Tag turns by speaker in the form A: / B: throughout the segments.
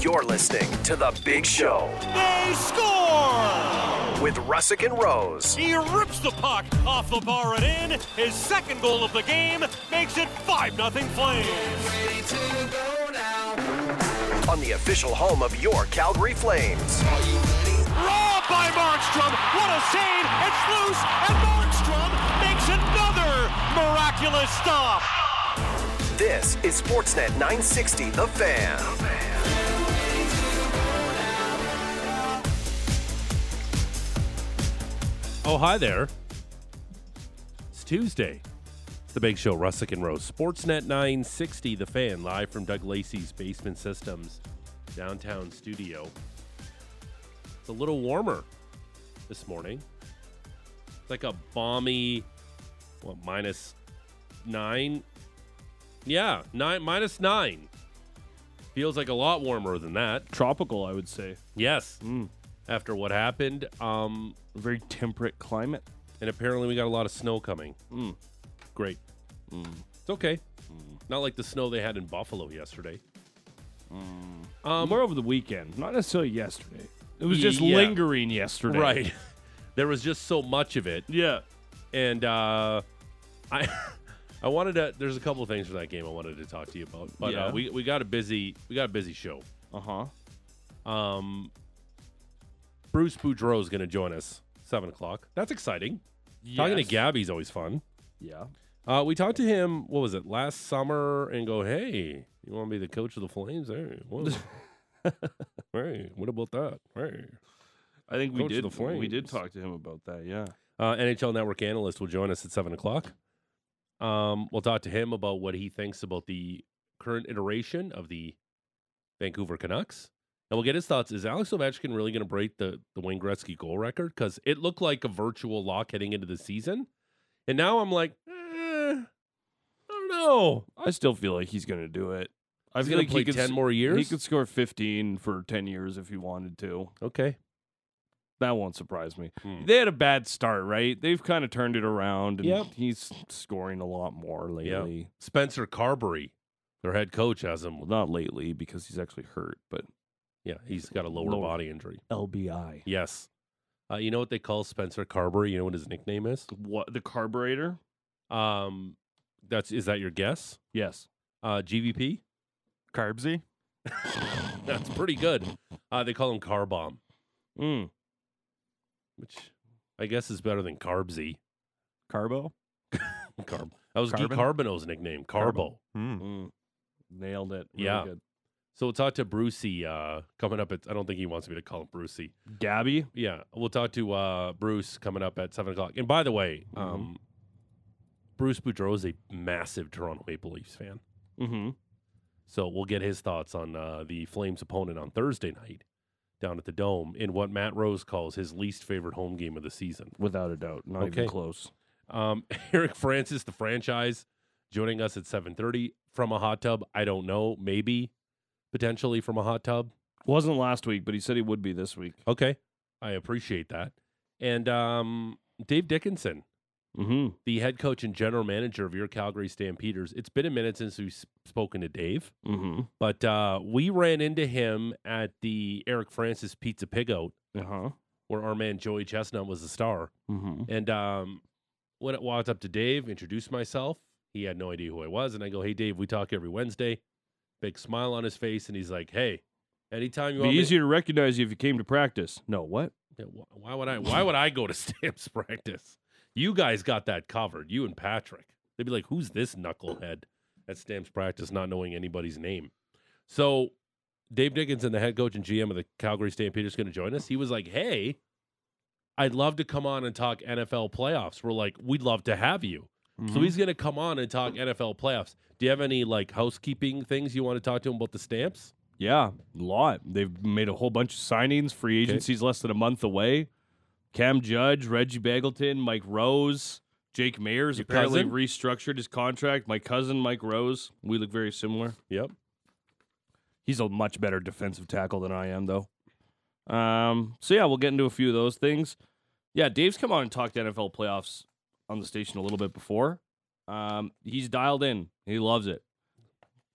A: You're listening to The Big Show
B: They score!
A: with Russick and Rose.
B: He rips the puck off the bar and in. His second goal of the game makes it 5 0 Flames.
A: on the official home of your Calgary Flames.
B: Robbed by Markstrom. What a save! It's loose, and Markstrom makes another miraculous stop.
A: This is Sportsnet 960, The Fan.
C: Oh, hi there. It's Tuesday. It's the Big Show, Russick and Rose. Sportsnet 960, The Fan, live from Doug Lacey's Basement Systems downtown studio. It's a little warmer this morning. It's like a balmy, what, minus nine? Yeah, nine minus nine. Feels like a lot warmer than that.
D: tropical, I would say.
C: Yes. After what happened, um,
D: A very temperate climate.
C: and apparently we got a lot of snow coming. Great. It's okay.
E: Mm.
C: Not like the snow they had in Buffalo yesterday.
D: Um, More over the weekend, not necessarily yesterday. It was just
C: Yeah.
D: lingering yesterday.
C: there was just so much of it,
D: Yeah.
C: and uh, I, I wanted to. There's a couple of things from that game I wanted to talk to you about, but
D: Yeah.
C: uh, we we got a busy we got a busy show.
D: Uh huh.
C: Um, Bruce Boudreau is going to join us seven o'clock. That's exciting. Talking to Gabby's always fun.
D: Yeah.
C: Uh, we talked to him. What was it last summer? And go, hey, you want to be the coach of the Flames? Hey, whoa. hey, what about that? Hey.
D: I think we
C: Coach of
D: did.
C: the Flames.
D: we did talk to him about that. Yeah.
C: Uh, NHL Network analyst will join us at seven o'clock. Um, we'll talk to him about what he thinks about the current iteration of the Vancouver Canucks, and we'll get his thoughts. Is Alex Ovechkin really going to break the the Wayne Gretzky goal record? Because it looked like a virtual lock heading into the season, and now I'm like, eh, I don't know.
D: I still feel like he's gonna do it. I
C: He's
D: feel
C: gonna
D: like
C: play
D: he could
C: ten
D: s-
C: more years.
D: He could score 15 for 10 years if he wanted to.
C: Okay.
D: That won't surprise me.
C: Hmm.
D: They had a bad start, right? They've kind of turned it around, and
C: Yep.
D: he's scoring a lot more lately.
C: Spencer Carberry, their head coach, has him.
D: Well, not lately because he's actually hurt, but
C: Yeah, he's got a lower
D: Lower.
C: body injury.
D: LBI.
C: Yes. Uh, you know what they call Spencer Carberry? You know what his nickname is?
D: What the carburetor?
C: Um, that's is that your guess?
D: Yes.
C: Uh, GVP.
E: Carbsy?
C: That's pretty good. Uh, they call him Car Bomb,
D: Mm.
C: which I guess is better than Carbsy.
E: Carbo?
C: Carb. That was Guy
E: Carbon?
C: Carbono's nickname, Carbo.
E: Hmm.
D: Mm. Nailed it. Really
C: Yeah.
D: Good.
C: So we'll talk to Brucey uh, coming up. At, I don't think he wants me to call him Brucey.
D: Gabby.
C: Yeah, we'll talk to uh, Bruce coming up at seven o'clock. And by the way,
E: Mm-hmm.
D: Mhm.
C: um, Bruce Boudreau is a massive Toronto Maple Leafs fan,
D: Mm-hmm.
C: so we'll get his thoughts on uh, the Flames' opponent on Thursday night down at the Dome in what Matt Rose calls his least favorite home game of the season.
D: Without a doubt. Not
C: Okay.
D: even close.
C: Um, Eric Francis, the franchise, joining us at seven thirty from a hot tub. I don't know, maybe potentially from a hot tub.
D: Wasn't last week, but he said he would be this week.
C: Okay, I appreciate that. And um, Dave Dickinson.
D: Mm-hmm.
C: the head coach and general manager of your Calgary Stampeders. It's been a minute since we've s- spoken to Dave,
D: Mm-hmm.
C: but uh, we ran into him at the Eric Francis Pizza Pig Out,
D: Uh-huh.
C: where our man Joey Chestnut was the star.
D: Mm-hmm.
C: And um, when I walked up to Dave, introduced myself, he had no idea who I was. And I go, Hey, Dave, we talk every Wednesday. Big smile on his face. And he's like, Hey, anytime you
D: be
C: want me
D: easier to recognize you if you came to practice. No, what?
C: Yeah, wh- Why would I? Why would I go to stamps practice? You guys got that covered. You and Patrick. They'd be like, "Who's this knucklehead at stamps practice?" Not knowing anybody's name. So, Dave Dickinson, the head coach and GM of the Calgary Stampede, is going to join us. He was like, "Hey, I'd love to come on and talk NFL playoffs." We're like, "We'd love to have you." So he's going to come on and talk NFL playoffs. Do you have any like housekeeping things you want to talk to him about the stamps?
D: Yeah, a lot. They've made a whole bunch of signings. Free agency's less than a month away. Cam Judge, Reggie Bagleton, Mike Rose, Jake Mayers
C: Your
D: apparently
C: cousin?
D: restructured his contract. My cousin, Mike Rose, we look very similar.
C: Yep.
D: He's a much better defensive tackle than I am, though. Um, so yeah, we'll get into a few of those things. Yeah, Dave's come on and talked NFL playoffs on the station a little bit before. Um, he's dialed in. He loves it.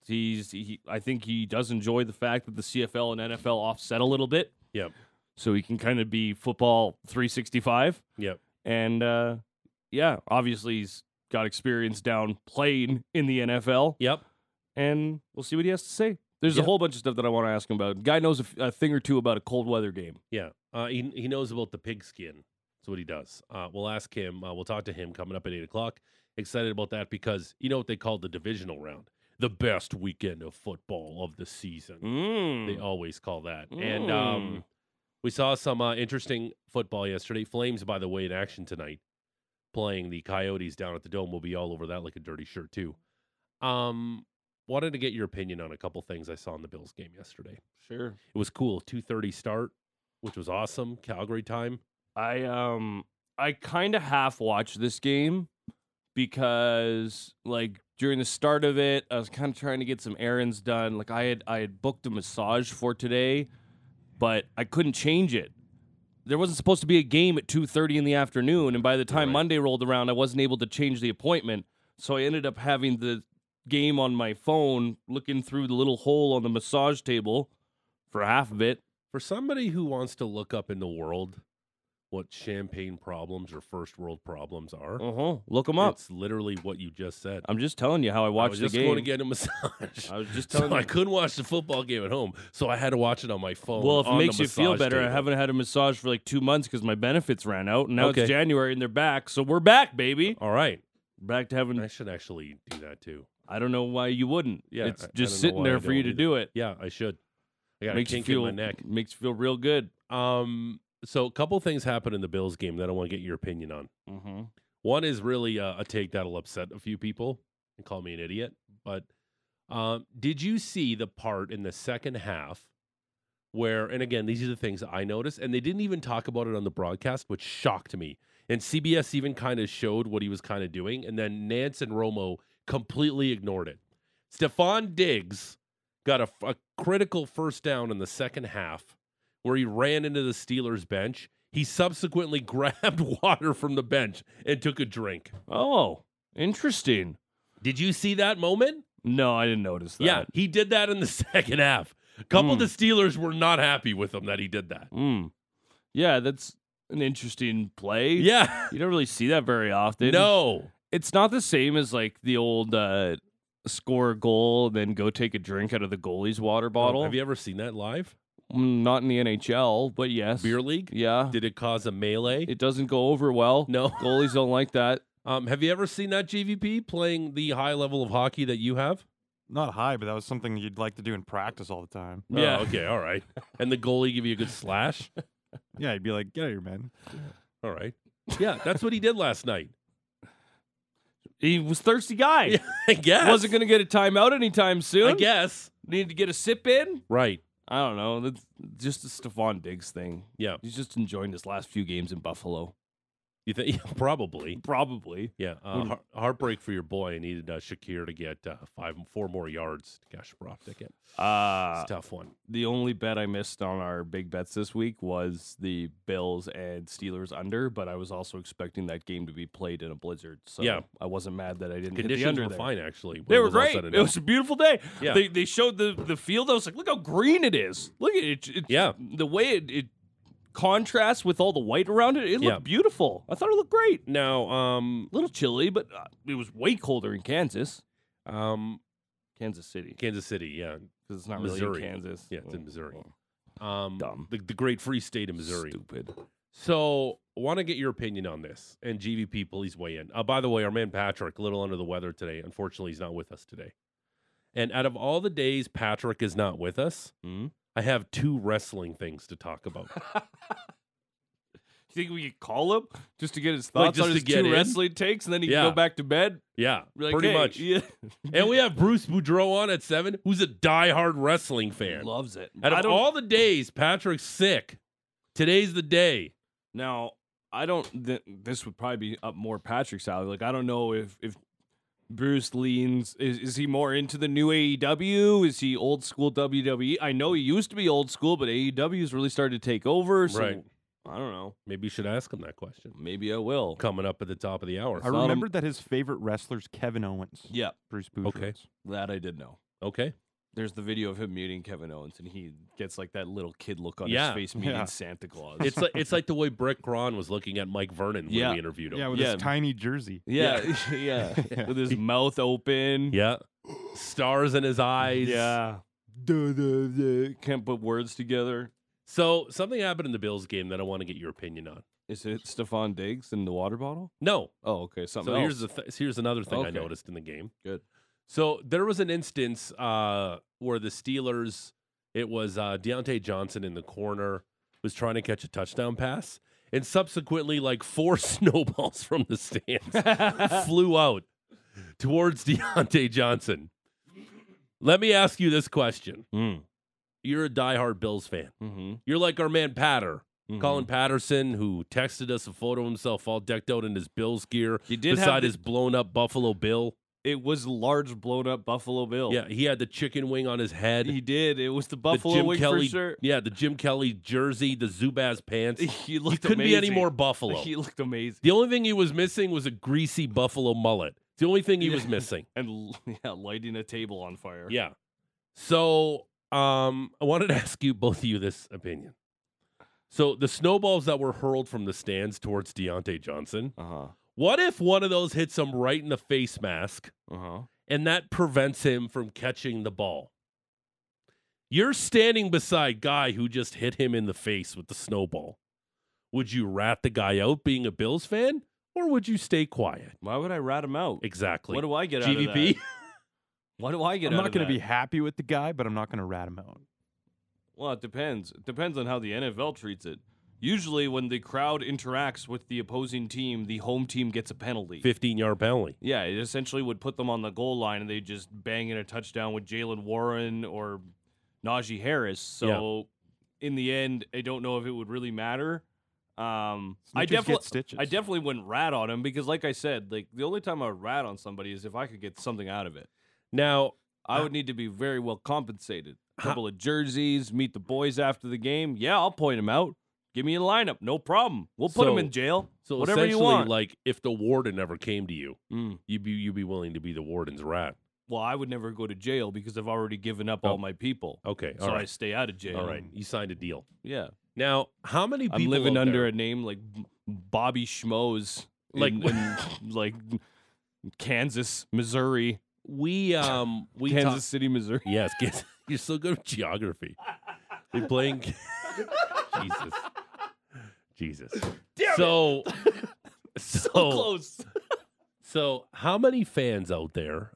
D: He's he, I think he does enjoy the fact that the CFL and NFL offset a little bit.
C: Yep.
D: So he can kind of be football 365
C: Yep.
D: and uh yeah, obviously he's got experience down playing in the NFL
C: Yep.
D: and we'll see what he has to say. There's
C: Yeah.
D: a whole bunch of stuff that I want to ask him about. Guy knows a, f- a thing or two about a cold weather game.
C: Yeah. Uh, he, he knows about the pigskin. That's what he does. Uh, we'll ask him. Uh, we'll talk to him coming up at 8 o'clock. Excited about that because you know what they call the divisional round? The best weekend of football of the season. They
D: Mm.
C: always call that. And um,
D: Mm.
C: we saw some uh, interesting football yesterday. Flames, by the way, in action tonight, playing the Coyotes down at the Dome. We'll be all over that like a dirty shirt too. Um, wanted to get your opinion on a couple things I saw in the Bills game yesterday.
D: Sure.
C: It was cool. Two thirty start, which was awesome. Calgary time.
D: I um I kind of half watched this game because like during the start of it, I was kind of trying to get some errands done. Like I had I had booked a massage for today, but I couldn't change it. There wasn't supposed to be a game at 2:30 in the afternoon, and by the time
C: Right.
D: Monday rolled around, I wasn't able to change the appointment. So I ended up having the game on my phone looking through the little hole on the massage table for half of it.
C: For somebody who wants to look up in the world what champagne problems or first world problems are,
D: Uh-huh. Look them up.
C: it's literally what you just said.
D: I'm just telling you how I
C: I was
D: watched
C: just
D: the game.
C: going to get a massage.
D: I was just
C: So
D: telling
C: I
D: you.
C: couldn't watch the football game at home, so I had to watch it on my phone.
D: Well, if it
C: oh, on the
D: makes you feel
C: massage
D: better, I
C: table.
D: haven't had a massage for like two months because my benefits ran out, and now
C: Okay. Oh.
D: it's January and they're back. So we're back, baby.
C: All right,
D: Back to having.
C: I should actually do that too.
D: I don't know why you wouldn't.
C: Yeah,
D: it's
C: I- I
D: just
C: don't know
D: sitting
C: why I
D: there for you to
C: don't
D: do it.
C: Yeah, I should. I got
D: makes
C: a kink
D: you feel
C: in my neck.
D: Makes you feel real good.
C: Um, so a couple things happened in the Bills game that I want to get your opinion on.
D: Mm-hmm.
C: One is really uh, a take that'll upset a few people and call me an idiot. But um, did you see the part in the second half where, and again, these are the things I noticed, and they didn't even talk about it on the broadcast, which shocked me. And CBS even kind of showed what he was kind of doing, and then Nance and Romo completely ignored it. Stephon Diggs got a, a critical first down in the second half where he ran into the Steelers bench. He subsequently grabbed water from the bench and took a drink.
D: Oh, interesting.
C: Did you see that moment?
D: No, I didn't notice that.
C: Yeah, he did that in the second half. A couple of
D: Hmm.
C: the Steelers were not happy with him that he did that.
D: Mm. Yeah, that's an interesting play.
C: Yeah.
D: You don't really see that very often.
C: No.
D: it's not the same as like the old uh, score a goal, then go take a drink out of the goalie's water bottle.
C: Oh, Have you ever seen that live?
D: Mm, not in the NHL, but yes,
C: Beer league?
D: yeah,
C: Did it cause a melee?
D: it doesn't go over well.
C: no.
D: Goalies don't like that.
C: Um, have you ever seen that GVP playing the high level of hockey that you have?
E: Not high, but that was something you'd like to do in practice all the time.
C: Oh,
D: Yeah.
C: okay. All right. And the goalie give you a good slash?
E: Yeah, you'd be like, get out of here, man.
C: All right. Yeah, that's what he did last night.
D: He was thirsty guy.
C: Yeah, I guess.
D: Wasn't going to get a timeout anytime soon.
C: I guess.
D: Needed to get a sip in.
C: Right.
D: I don't know. That's just a Stephon Diggs thing.
C: Yeah.
D: He's just enjoying his last few games in Buffalo.
C: You think probably.
D: Probably.
C: Yeah. Uh,
D: Wouldn't-
C: heart- heartbreak for your boy. I needed uh, Shakir to get uh, five, four more yards to cash a prop ticket. It's
D: Uh,
C: a tough one.
D: the only bet I missed on our big bets this week was the Bills and Steelers under, but I was also expecting that game to be played in a blizzard, so
C: Yeah.
D: I wasn't mad that I didn't hit the
C: Conditions
D: under
C: were
D: there.
C: fine actually. when
D: They
C: it
D: were
C: was all
D: great.
C: said and
D: It
C: done.
D: was a beautiful day.
C: Yeah.
D: They they showed the the field. I was like, look how green it is. Look at it. It's,
C: Yeah.
D: The way it, it contrasts with all the white around it. It looked
C: Yeah.
D: beautiful. I thought it looked great.
C: Now, um,
D: A little chilly, but uh, it was way colder in Kansas,
C: um,
D: Kansas City,
C: Kansas City. Yeah.
D: because it's not
C: Missouri.
D: really in Kansas.
C: Yeah, it's in Missouri.
D: well,
C: Um,
D: Dumb.
C: The, the great free state of Missouri.
D: Stupid.
C: So, want to get your opinion on this and GVP, please weigh in. Uh, by the way, our man Patrick, a little under the weather today. Unfortunately, he's not with us today. And out of all the days Patrick is not with us,
D: Hmm?
C: I have two wrestling things to talk about.
D: You think we could call him just to get his
C: Like,
D: thoughts
C: just
D: on
C: to
D: his
C: get
D: two
C: in?
D: wrestling takes, and then he
C: Yeah.
D: can go back to bed?
C: yeah,
D: Be like,
C: pretty
D: "Hey,
C: much.
D: Yeah.
C: And we have Bruce Boudreau on at seven, who's a diehard wrestling fan.
D: Loves it.
C: Out
D: I
C: of
D: don't,
C: all the days Patrick's sick, today's the day.
D: now, I don't. Th- this would probably be up more Patrick's alley. Like, I don't know if if Bruce leans. Is, is he more into the new AEW? Is he old school WWE? I know he used to be old school, but AEW's really started to take over. So
C: Right.
D: I don't know.
C: Maybe you should ask him that question.
D: Maybe I will.
C: Coming up at the top of the hour.
E: I
D: Not a-
E: remembered that his favorite wrestler's Kevin Owens.
D: Yeah,
E: Bruce
C: Okay.
E: Boudreaux.
D: that I did know.
C: Okay.
D: There's the video of him meeting Kevin Owens, and he gets like that little kid look on his
C: Yeah.
D: face meeting
E: Yeah.
D: Santa Claus.
C: It's like it's like the way Brick Ron was looking at Mike Vernon when
D: Yeah.
C: we interviewed him.
E: Yeah, with
D: Yeah.
E: his tiny jersey.
D: yeah, yeah, with his mouth open.
C: Yeah. Stars in his eyes.
D: yeah. Duh, duh, duh. Can't put words together.
C: So something happened in the Bills game that I want to get your opinion on.
D: Is it Stefan Diggs in the water bottle?
C: No.
D: Oh, okay. Something
C: so
D: else.
C: here's the th- here's another thing I
D: Okay.
C: noticed in the game.
D: Good.
C: So there was an instance uh, where the Steelers, it was uh, Deontay Johnson in the corner was trying to catch a touchdown pass, and subsequently, like four snowballs from the stands flew out towards Deontay Johnson. Let me ask you this question:
D: Mm.
C: You're a diehard Bills fan.
D: Mm-hmm.
C: You're like our man Patter. Colin Patterson, who texted us a photo of himself all decked out in his Bills gear
D: He did have
C: beside
D: the-
C: his blown up Buffalo Bill.
D: It was large blown up Buffalo Bill.
C: Yeah, he had the chicken wing on his head.
D: He
C: the
D: did. It was the Buffalo
C: Jim
D: wing
C: Kelly,
D: for sure.
C: Yeah, the Jim Kelly jersey, the Zubaz pants.
D: He
C: he
D: looked
C: couldn't be any
D: amazing.
C: more Buffalo.
D: He looked amazing.
C: The only thing he was missing was a greasy Buffalo mullet. It's the only thing he was
D: Yeah.
C: missing.
D: And l- yeah, lighting a table on fire.
C: Yeah. So um, I wanted to ask you both of you this opinion. So the snowballs that were hurled from the stands towards Deontay Johnson.
D: Uh-huh.
C: What if one of those hits him right in the face mask
D: Uh-huh.
C: and that prevents him from catching the ball? You're standing beside guy who just hit him in the face with the snowball. Would you rat the guy out being a Bills fan or would you stay quiet?
D: Why would I rat him out?
C: Exactly.
D: What do I get out of
C: GVP?
D: that? What do I get out
E: I'm not
D: of
E: going to
D: that?
E: be happy with the guy, but I'm not going to rat him out.
D: Well, it depends. It depends on how the NFL treats it. Usually, when the crowd interacts with the opposing team, the home team gets a penalty.
C: 15 yard penalty.
D: Yeah, it essentially would put them on the goal line and they just bang in a touchdown with Jalen Warren or Najee Harris. So in the end, I don't know if it would really matter. Um, I
E: Snitches get
D: definitely,
E: stitches.
D: I definitely wouldn't rat on him because, like I said, like the only time I would rat on somebody is if I could get something out of it.
C: Now,
D: I would need to be very well compensated. Couple of jerseys, meet the boys after the game. Yeah, I'll point him out. Give me a lineup, no problem. We'll put him
C: So-
D: in jail.
C: so
D: whatever you
C: essentially,
D: want.
C: like if the warden ever came to you,
D: Mm.
C: you'd be you'd be willing to be the warden's rat.
D: Well, I would never go to jail because I've already given up
C: Oh.
D: all my people.
C: Okay, all
D: so I
C: right,
D: stay out of jail.
C: all right. You signed a deal.
D: Yeah.
C: Now, how many people
D: I'm living
C: out
D: under
C: there-
D: a name like B- Bobby Schmoes.
C: Like-
D: in, in, like Kansas, Missouri,
C: we um we
D: Kansas
C: talk-
D: City, Missouri.
C: yes Kansas- you're so good with geography we playing jesus jesus so so
D: Close.
C: so how many fans out there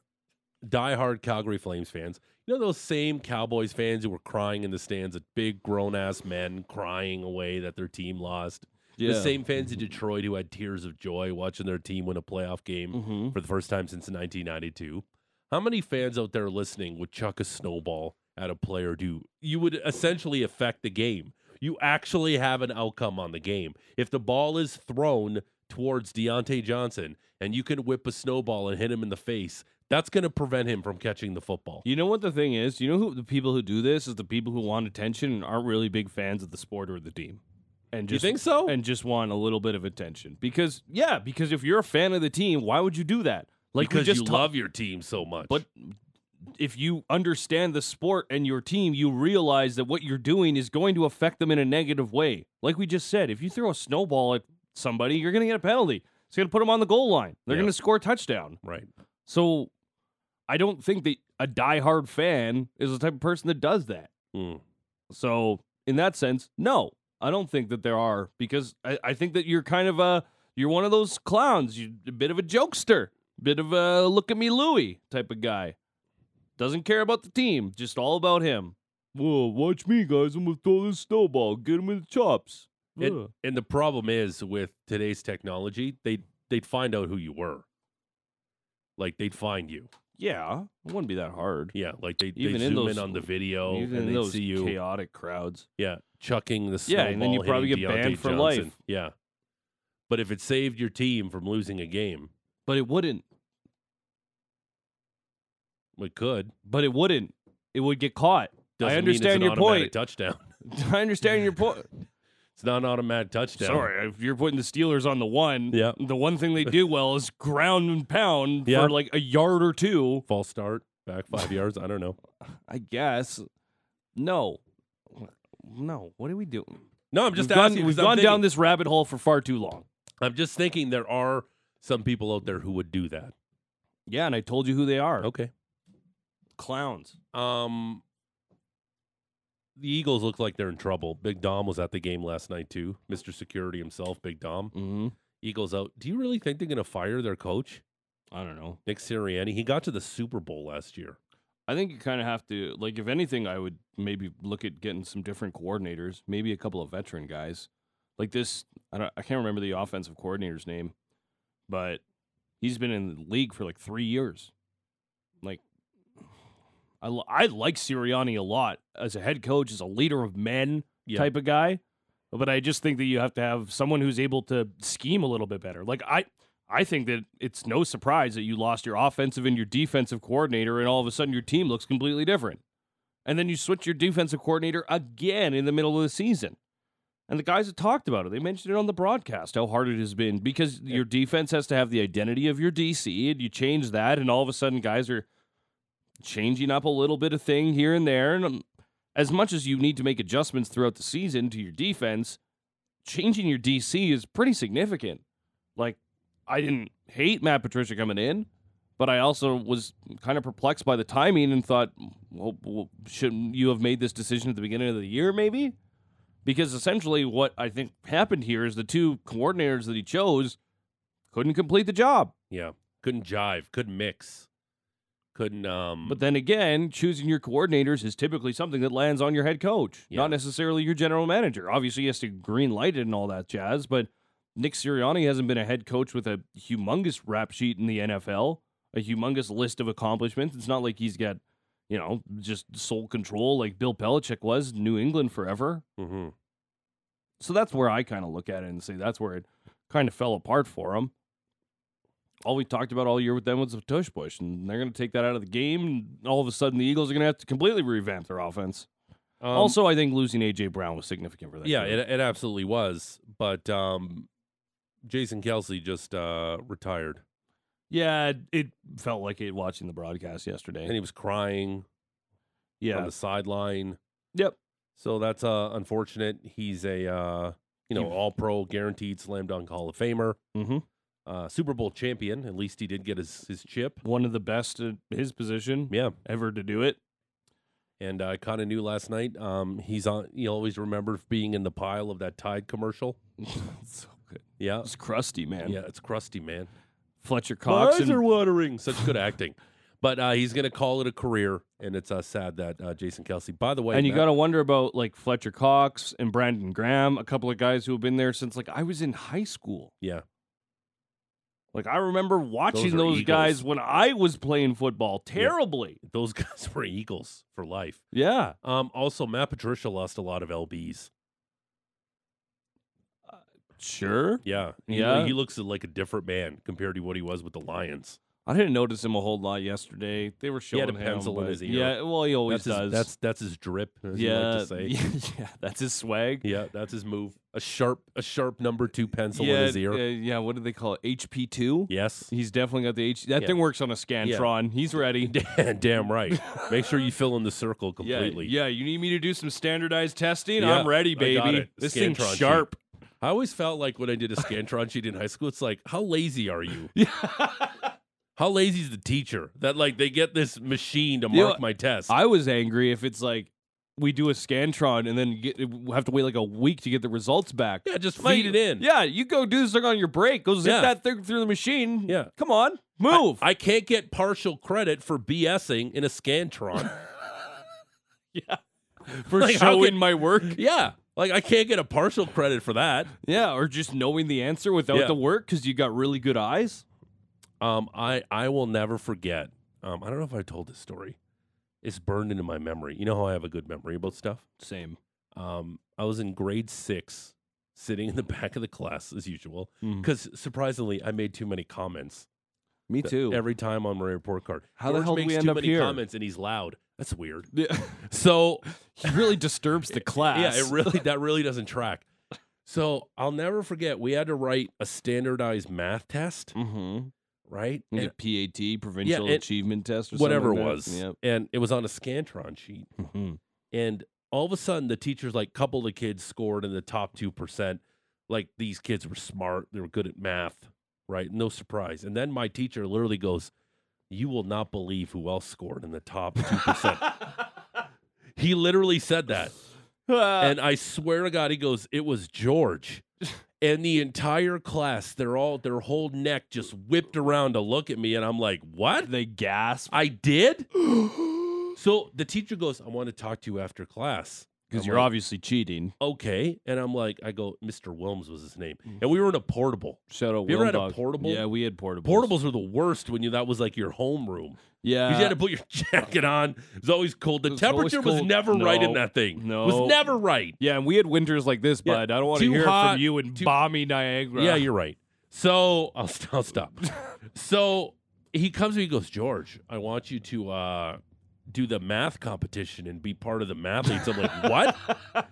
C: diehard calgary flames fans you know those same cowboys fans who were crying in the stands at big grown-ass men crying away that their team lost the same fans in detroit who had tears of joy watching their team win a playoff game
D: hmm
C: for the first time since 1992. How many fans out there listening would chuck a snowball at a player? Do you would essentially affect the game? You actually have an outcome on the game. If the ball is thrown towards Deontay Johnson and you can whip a snowball and hit him in the face, that's going to prevent him from catching the football.
D: You know what the thing is? You know who the people who do this is the people who want attention and aren't really big fans of the sport or the team. And
C: You
D: just
C: think so?
D: and just want a little bit of attention. Because yeah, because if you're a fan of the team, why would you do that? Like we
C: because
D: just
C: you
D: ta-
C: love your team so much.
D: But if you understand the sport and your team, you realize that what you're doing is going to affect them in a negative way. Like we just said, if you throw a snowball at somebody, you're going to get a penalty. It's going to put them on the goal line. They're
C: Yeah.
D: going to score a touchdown.
C: right.
D: So I don't think that a diehard fan is the type of person that does that.
C: Mm.
D: So in that sense, no, I don't think that there are because I, I think that you're kind of a you're one of those clowns. You're a bit of a jokester, bit of a look at me Louie type of guy. Doesn't care about the team, just all about him. Whoa, watch me, guys! I'm gonna throw this snowball, get him in the chops.
C: It-
D: Ugh.
C: and the problem is with today's technology, they they'd find out who you were. Like they'd find you.
D: yeah, it wouldn't be that hard.
C: Yeah, like they, they
D: Even in
C: zoom in
D: those-
C: on the video
D: Even in
C: and they
D: those
C: see you,
D: chaotic crowds.
C: yeah, chucking the
D: Yeah,
C: snowball.
D: and then you probably
C: hitting
D: get
C: Deontay
D: banned for
C: Johnson.
D: life.
C: Yeah, but if it saved your team from losing a game,
D: But it wouldn't.
C: it could.
D: But it wouldn't. It would get caught.
C: Doesn't
D: I
C: mean
D: understand
C: it's
D: your
C: an automatic
D: point.
C: Touchdown.
D: I understand your point.
C: It's not an automatic touchdown.
D: Sorry, if you're putting the Steelers on the one,
C: Yeah.
D: the one thing they do well is ground and pound
C: Yeah.
D: for like a yard or two.
C: false start. back five yards. I don't know.
D: I guess. No. No. What are we doing?
C: No, I'm just
D: we've
C: asking.
D: gone,
C: 'cause
D: we've
C: I'm
D: gone
C: thinking-
D: down this rabbit hole for far too long.
C: I'm just thinking there are some people out there who would do that.
D: Yeah, and I told you who they are.
C: Okay.
D: Clowns.
C: Um, the Eagles look like they're in trouble. Big Dom was at the game last night too. Mr. Security himself, Big Dom.
D: Mm-hmm.
C: Eagles out. Do you really think they're going to fire their coach,
D: I don't know.
C: Nick Sirianni? He got to the Super Bowl last year.
D: I think you kind of have to like if anything I would maybe look at getting some different coordinators, maybe a couple of veteran guys. Like this I don't I can't remember the offensive coordinator's name, but he's been in the league for like 3 years. Like I li- I like Sirianni a lot as a head coach, as a leader of men
C: Yeah.
D: type of guy, but I just think that you have to have someone who's able to scheme a little bit better. Like I I think that it's no surprise that you lost your offensive and your defensive coordinator, and all of a sudden your team looks completely different. And then you switch your defensive coordinator again in the middle of the season. And the guys have talked about it. They mentioned it on the broadcast how hard it has been because your defense has to have the identity of your DC, and you change that, and all of a sudden guys are changing up a little bit of thing here and there. And um, as much as you need to make adjustments throughout the season to your defense, changing your DC is pretty significant. Like, I didn't hate Matt Patricia coming in, but I also was kind of perplexed by the timing and thought, well, well, shouldn't you have made this decision at the beginning of the year, maybe? Because essentially, what I think happened here is the two coordinators that he chose couldn't complete the job.
C: Yeah, couldn't jive, couldn't mix, couldn't. Um,
D: But then again, choosing your coordinators is typically something that lands on your head coach,
C: Yeah.
D: not necessarily your general manager. Obviously, he has to green light it and all that jazz, but Nick Sirianni hasn't been a head coach with a humongous rap sheet in the NFL, a humongous list of accomplishments. It's not like he's got, you know, just sole control like Bill Belichick was in New England forever.
C: mhm.
D: So that's where I kind of look at it and say that's where it kind of fell apart for them. All we talked about all year with them was the tush push, and they're going to take that out of the game. And all of a sudden, the Eagles are going to have to completely revamp their offense.
C: Um,
D: also, I think losing AJ Brown was significant for that.
C: yeah,
D: team.
C: it, it absolutely was. But um, Jason Kelsey just uh, retired,
D: yeah, it- it felt like it watching the broadcast yesterday.
C: and he was crying on
D: yeah,
C: the sideline.
D: yep.
C: So that's uh, unfortunate. He's a uh, you know
D: He-
C: All Pro, guaranteed slam dunk Hall of Famer,
D: hmm
C: uh, Super Bowl champion. At least he did get his his chip.
D: One of the best at his position
C: Yeah,
D: ever to do it.
C: and I kind of knew last night. Um, he's on. He always remembers being in the pile of that Tide commercial.
D: so good.
C: Yeah,
D: It's crusty, man.
C: yeah, it's crusty, man.
D: Fletcher
C: My
D: Cox.
C: eyes
D: and-
C: are watering. Such good acting. But uh, he's going to call it a career, and it's uh, sad that uh, Jason Kelsey. By the way,
D: and you
C: Matt-
D: got to wonder about like Fletcher Cox and Brandon Graham, a couple of guys who have been there since like I was in high school.
C: yeah,
D: Like I remember watching
C: are
D: those,
C: Eagles.
D: guys when I was playing football terribly.
C: those guys were Eagles for life.
D: Yeah.
C: Um, also, Matt Patricia lost a lot of lbs.
D: Sure.
C: Yeah, He-
D: Yeah.
C: He, looks like a different man compared to what he was with the Lions.
D: I didn't notice him a whole lot yesterday. They were showing
C: had a
D: him,
C: pencil in
D: but-
C: his ear.
D: Yeah, well, he always
C: that's
D: does.
C: His, that's that's his drip. As you
D: yeah,
C: like to say.
D: yeah, that's his swag.
C: Yeah, that's his move. A sharp, a sharp number two pencil in his ear.
D: uh, yeah. What do they call it? HP two.
C: Yes,
D: He's definitely got the H. That
C: Yeah.
D: thing works on a Scantron. He's ready.
C: damn right. Make sure you fill in the circle completely.
D: Yeah, yeah, you need me to do some standardized testing?
C: Yeah,
D: I'm ready,
C: I
D: baby.
C: got it.
D: This thing's
C: Scantron sheet.
D: sharp.
C: I always felt like when I did a scantron sheet in high school, it's like, how lazy are you?
D: Yeah.
C: How lazy is the teacher that like they get this machine to mark
D: You know,
C: my test?
D: I was angry if it's like we do a Scantron and then get, we have to wait like a week to get the results back.
C: yeah, just
D: My-
C: feed it in.
D: Yeah, you go do this thing on your break. Go zip
C: Yeah.
D: that thing through the machine.
C: Yeah.
D: Come on, move.
C: I can't get partial credit for BSing in a scantron.
D: for
C: like, how
D: showing
C: can-
D: my work.
C: yeah. Like I can't get a partial credit for that.
D: Yeah, or just knowing the answer without
C: Yeah.
D: the work because you got really good eyes.
C: Um, I I will never forget. Um, I don't know if I told this story. It's burned into my memory. You know how I have a good memory about stuff.
D: Same.
C: Um, I was in grade six, sitting in the back of the class as usual,
D: Mm.
C: because surprisingly, I made too many comments E-,
D: Me too.
C: every time on my report card.
D: How the
C: George
D: hell did
C: makes
D: we end
C: too
D: up
C: many
D: here?
C: comments and he's loud. That's weird.
D: Yeah.
C: So
D: he really disturbs the class.
C: yeah, it really that really doesn't track. So I'll never forget. We had to write a standardized math test.
D: Mm-hmm.
C: right?
D: Yeah,
C: And-
D: PAT, Provincial
C: it-
D: Achievement Test, or
C: whatever it
D: something like
C: was.
D: that.
C: And it was on a Scantron sheet.
D: Yep. Mhm.
C: And all of a sudden, the teacher's like, couple of the kids scored in the top 2%. Like, these kids were smart. They were good at math, right? No surprise. And then my teacher literally goes, You will not believe who else scored in the top 2%. he literally said that.
D: Ah,
C: and I swear to God, he goes, "It was George." And the entire class, they're all their whole neck just whipped around to look at me, and I'm like, "What?
D: they gasp
C: I did?" so the teacher goes, "I want to talk to you after class."
D: because
C: I'm
D: you're
C: like,
D: obviously cheating.
C: okay, and I'm like, I go, "Mr. Wilms was his name,"
D: Mm-hmm.
C: and we were in a portable.
D: Shout out.
C: You ever
D: Will
C: had a
D: Dog.
C: portable?
D: Yeah, we had portables.
C: Portables were the worst when you that was like your homeroom.
D: Yeah.
C: Because you had to put your jacket on. It was always cold. The
D: It was always
C: temperature was
D: cold.
C: never right in
D: No.
C: that thing.
D: No.
C: was never right.
D: yeah, and we had winters like this,
C: Yeah,
D: bud. I don't want to
C: too
D: hear it
C: hot,
D: from you in
C: too-
D: balmy Niagara.
C: Yeah, you're right. So I'll, st- I'll stop. so he comes to me, he goes, George, I want you to uh, do the math competition and be part of the mathletes. I'm like, what?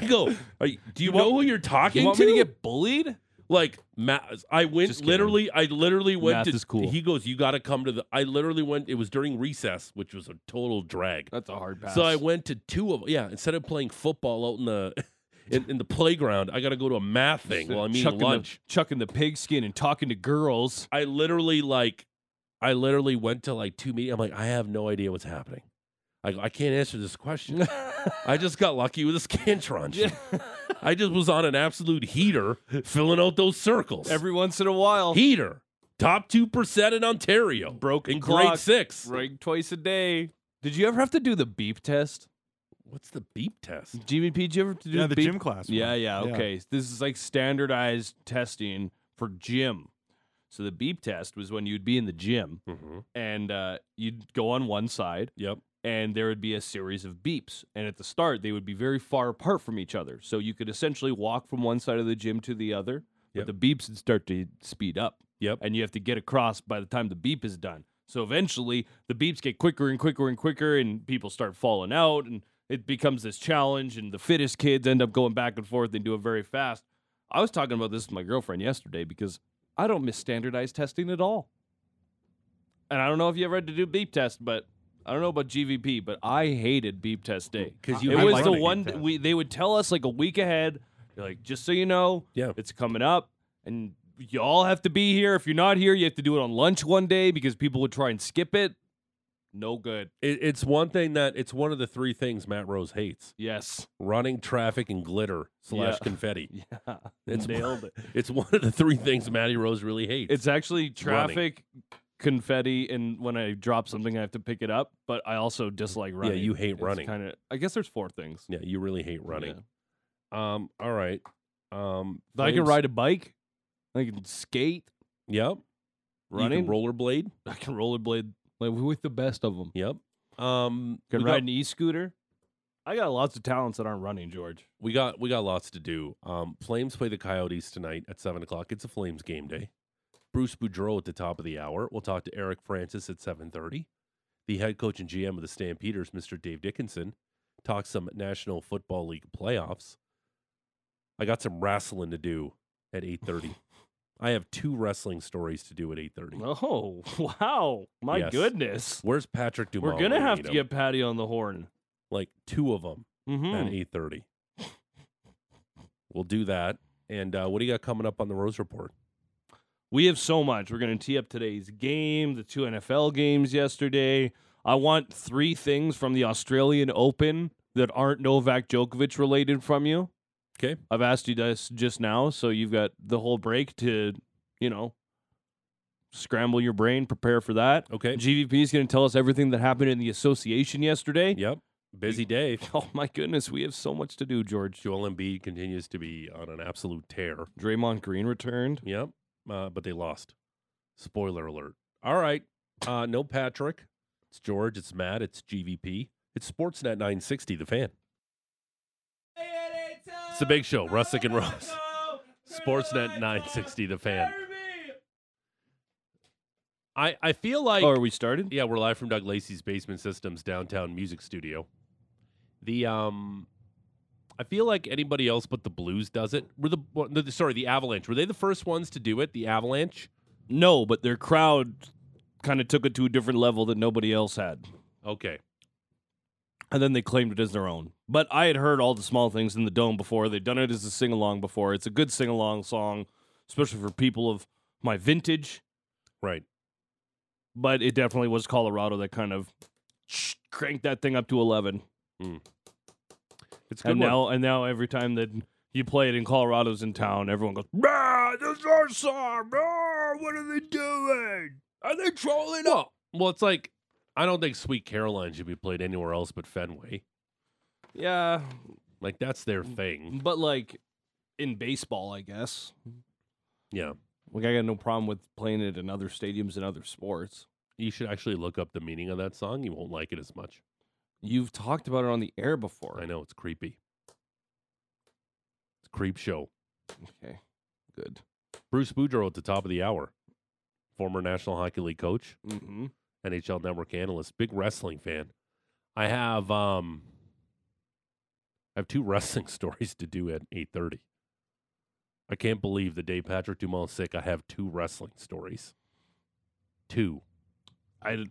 C: I go, Are you, do you, know who you're talking
D: you want
C: to?
D: me to get bullied?
C: like, math. I went
D: Just kidding.
C: literally, I literally went
D: Math
C: to.
D: is cool.
C: He goes, you got to come to the. I literally went. It was during recess, which was a total drag.
D: That's a hard pass.
C: So I went to two of yeah. Instead of playing football out in the in, in the playground, I got to go to a math thing while I'm eating
D: chucking
C: lunch.
D: The, chucking the pigskin and talking to girls.
C: I literally like, I literally went to like two meetings. I'm like, I have no idea what's happening. I go, I can't answer this question. I just got lucky with a Scantron. sheet. I just was on an absolute heater filling out those circles.
D: Every once in a while,
C: heater. Top 2% in Ontario.
D: Broken
C: in grade
D: clock.
C: six.
D: right twice a day. Did you ever have to do the beep test?
C: What's the beep test?
D: Jimmy P, did you ever have to do
E: yeah,
D: the,
E: the
D: beep?
E: gym class. one.
D: Yeah, yeah,
E: Yeah.
D: okay. This is like standardized testing for gym. So the beep test was when you'd be in the gym
C: Mm-hmm.
D: and uh, you'd go on one side
C: Yep.
D: and there would be a series of beeps. And at the start, they would be very far apart from each other. So you could essentially walk from one side of the gym to the other,
C: Yep.
D: but the beeps would start to speed up.
C: Yep.
D: And you have to get across by the time the beep is done. So eventually, the beeps get quicker and quicker and quicker, and people start falling out, and it becomes this challenge. And the fittest kids end up going back and forth and do it very fast. I was talking about this with my girlfriend yesterday because I don't miss standardized testing at all. And I don't know if you ever had to do beep test, but I don't know about GVP, but I hated beep test day
C: 'Cause you
D: it
E: I
D: was
E: like
D: the
E: the beep
D: one
E: test.
D: we they would tell us like a week ahead, they're like just so you know,
C: Yeah.
D: it's coming up, and you all have to be here. If you're not here, you have to do it on lunch one day because people would try and skip it. No good.
C: It, it's one thing that, it's one of the three things Matt Rose hates
D: Yes.
C: running, traffic, and glitter slash
D: Yeah.
C: confetti.
D: Yeah.
C: It's
D: nailed it.
C: It's one of the three things Matty Rose really hates.
D: It's actually
C: running.
D: traffic, confetti, and when I drop something, I have to pick it up. But I also dislike running.
C: you hate running.
D: Kind of. I guess there's four things.
C: yeah, you really hate running.
D: Yeah.
C: Um, all right. Um,
D: I can
C: Flames-
D: ride a bike. I can skate.
C: Yep.
D: Running.
C: You can rollerblade.
D: I can rollerblade like with the best of them.
C: Yep. Um,
D: Can
C: we
D: ride
C: got,
D: an e-scooter. I got lots of talents that aren't running, George.
C: we got we got lots to do. Um, Flames play the Coyotes tonight at seven o'clock. It's a Flames game day. Bruce Boudreau at the top of the hour. We'll talk to Eric Francis at seven thirty. The head coach and GM of the Stampeders, Mr. Dave Dickinson, talks some National Football League playoffs. I got some wrestling to do at eight thirty. I have two wrestling stories to do at eight thirty.
D: Oh wow! My
C: Yes.
D: goodness,
C: Where's Patrick Dumas?
D: we're gonna
C: when we
D: have
C: need
D: to
C: him?
D: get Patty on the horn.
C: like two of them at
D: Mm-hmm.
C: eight thirty. We'll do that. And uh, what do you got coming up on the Rose Report?
D: We have so much. We're gonna tee up today's game, the two NFL games yesterday. I want three things from the Australian Open that aren't Novak Djokovic related from you.
C: Okay.
D: I've asked you this just now, so you've got the whole break to, you know, scramble your brain, prepare for that.
C: Okay.
D: GVP is going to tell us everything that happened in the association yesterday.
C: Yep. Busy day.
D: Oh my goodness, we have so much to do, George.
C: Joel Embiid continues to be on an absolute tear.
D: Draymond Green returned.
C: Yep. Uh, but they lost. Spoiler alert. All right. Uh, no Patrick. It's George. It's Matt. It's GVP. It's Sportsnet 960, the fan. It's the big show, Russick and Rose. Sportsnet 960, the fan. I, I feel like.
D: oh, are we started?
C: Yeah, we're live from Doug Lacey's Basement Systems downtown music studio. The um, I feel like anybody else but the Blues does it. Were the, well, no, the sorry the Avalanche? Were they the first ones to do it? The Avalanche
D: No, but their crowd kind of took it to a different level that nobody else had.
C: Okay.
D: And then they claimed it as their own. But I had heard all the small things in the dome before. They'd done it as a sing along before. It's a good sing along song, especially for people of my vintage.
C: Right.
D: But it definitely was Colorado that kind of cranked that thing up to 11.
C: It's a good
D: And
C: one.
D: now, and now every time that you play it in Colorado's in town, everyone goes, "Rah, this is our song. Rah, what are they doing? Are they trolling up?
C: well, well, it's like I don't think Sweet Caroline should be played anywhere else but Fenway.
D: Yeah,
C: Like that's their
D: Mm,
C: thing.
D: but like in baseball, I guess.
C: Yeah.
D: Like I got no problem with playing it in other stadiums and other sports.
C: You should actually look up the meaning of that song. You won't like it as much.
D: You've talked about it on the air before.
C: I know it's creepy. It's a creep show.
D: Okay, good.
C: Bruce Boudreau at the top of the hour, former National Hockey League coach,
D: Mm-hmm.
C: NHL Network analyst, big wrestling fan. I have um, I have two wrestling stories to do at eight thirty. I can't believe the day Patrick Dumont's sick. I have two wrestling stories. Two.
D: I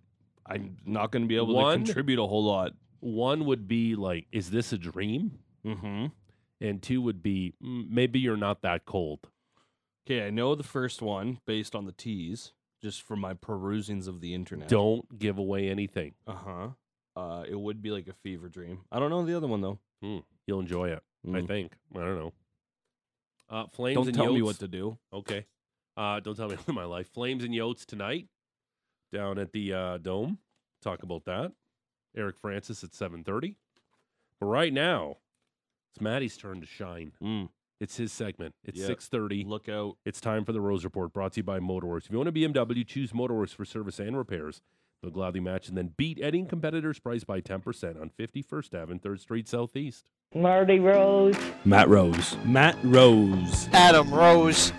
D: I'm not going to be able
C: One-
D: to contribute a whole lot.
C: One would be like, is this a dream?
D: Mm-hmm.
C: And two would be "Mm, maybe you're not that cold.
D: Okay, I know the first one based on the tease, just from my perusings of the internet.
C: Don't give away anything.
D: Uh-huh. Uh It would be like a fever dream. I don't know the other one though.
C: You'll enjoy it. I
D: Mm.
C: think. I don't know. Uh, Flames
D: Don't
C: and
D: tell me
C: Yotes.
D: what to do.
C: Okay. Uh, don't tell me about my life. Flames and Yotes tonight down at the uh, Dome. Talk about that. Eric Francis at 7.30. But right now, it's Maddie's turn to shine.
D: Mm.
C: It's his segment. It's
D: Yeah.
C: 6.30.
D: Look out.
C: It's time for the Rose Report, brought to you by Motorworks. If you want a BMW, choose Motorworks for service and repairs. They'll gladly match and then beat any competitor's price by 10% on 51st Avenue, 3rd Street Southeast.
F: Marty Rose.
D: Matt Rose. Matt Rose.
G: Adam Rose.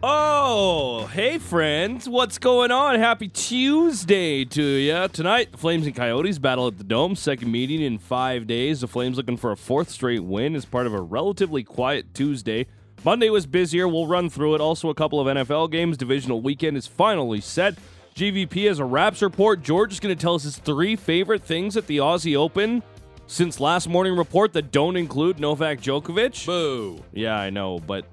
D: Oh, hey friends, what's going on? Happy Tuesday to you. Tonight, the Flames and Coyotes battle at the Dome, second meeting in five days. The Flames looking for a fourth straight win as part of a relatively quiet Tuesday. Monday was busier, we'll run through it. Also, a couple of NFL games. Divisional weekend is finally set. GVP has a Raps report. George is going to tell us his three favorite things at the Aussie Open since last morning report that don't include Novak Djokovic. Boo. Yeah, I know, but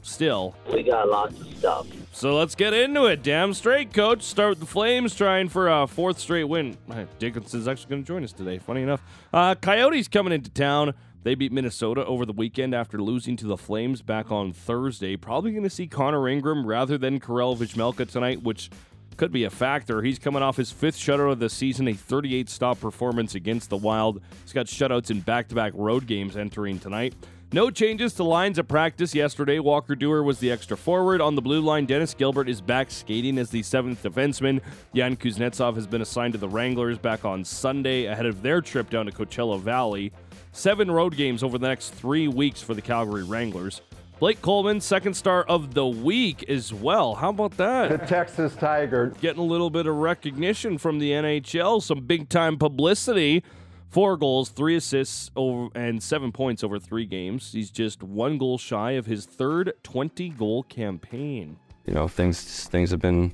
D: still.
F: We got lots of stuff.
D: So let's get into it. Damn straight, coach. Start with the Flames trying for a fourth straight win. Uh, Dickinson's actually going to join us today. Funny enough. Uh, Coyotes coming into town. They beat Minnesota over the weekend after losing to the Flames back on Thursday. Probably going to see Connor Ingram rather than Karel Vijmelka tonight, which could be a factor. He's coming off his fifth shutout of the season, a 38 stop performance against the Wild. He's got shutouts in back to back road games entering tonight. No changes to lines of practice yesterday. Walker Dewar was the extra forward. On the blue line, Dennis Gilbert is back skating as the seventh defenseman. Jan Kuznetsov has been assigned to the Wranglers back on Sunday ahead of their trip down to Coachella Valley. Seven road games over the next three weeks for the Calgary Wranglers. Blake Coleman, second star of the week as well. How about that?
H: Texas Tiger.
D: getting a little bit of recognition from the NHL, some big time publicity. Four goals, three assists, over, and seven points over three games. He's just one goal shy of his third 20 goal campaign.
I: you know things things have been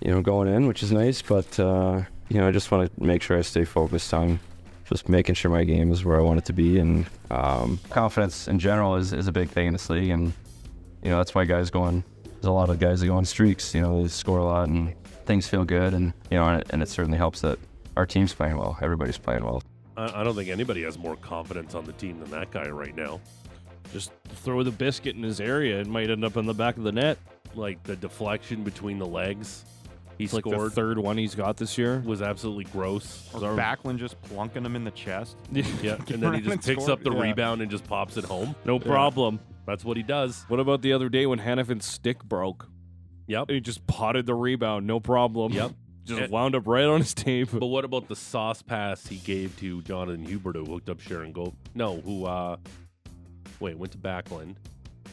I: you know going in which is nice but uh, you know i just want to make sure i stay focused on just making sure my game is where i want it to be and um, confidence in general is, is a big thing in this league and you know that's why guys go on there's a lot of guys that go on streaks you know they score a lot and things feel good and you know and it, and it certainly helps that our team's playing well everybody's playing well
C: I, I don't think anybody has more confidence on the team than that guy right now.
D: Just throw the biscuit in his area, it might end up in the back of the net.
C: Like the deflection between the legs he
D: It's like
C: scored
D: the third one he's got this year.
C: was absolutely gross.
E: Or Backlund just plunking him in the chest.
C: Yeah, and then he just picks up the
E: Yeah.
C: rebound and just pops it home.
D: No problem.
C: That's what he does.
D: What about the other day when Hannafin's stick broke?
C: Yep.
D: He just potted the rebound, no problem.
C: Yep.
D: just
C: And-
D: wound up right on his tape.
C: But what about the sauce pass he gave to Jonathan Hubert who hooked up Sharon Go? No, who uh wait, went to Backland.
D: Oh.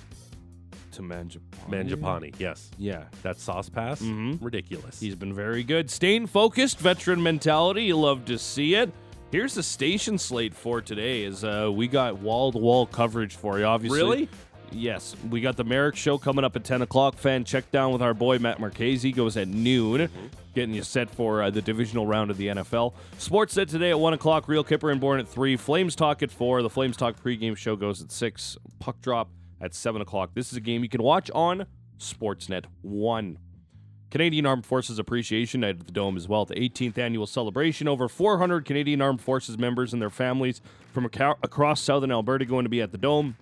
D: to Manjapani.
C: Manjapani, yes.
D: Yeah.
C: That sauce pass?
D: Mhm.
C: Ridiculous.
D: He's been very good. Staying focused, veteran mentality. You love to see it. Here's the station slate for today. Is uh, we got wall to wall coverage for you. Obviously,
C: Really?
D: Yes, we got the Merrick Show coming up at 10 o'clock. Fan check down with our boy Matt Marchese goes at noon, getting you set for uh, the divisional round of the NFL. Sports set today at 1 o'clock. Real Kipper and Born at 3. Flames Talk at 4. The Flames Talk pregame show goes at 6. Puck drop at 7 o'clock. This is a game you can watch on Sportsnet 1. Canadian Armed Forces Appreciation Night at the Dome as well. The 18th annual celebration. Over 400 Canadian Armed Forces members and their families from aco- across southern Alberta going to be at the Dome.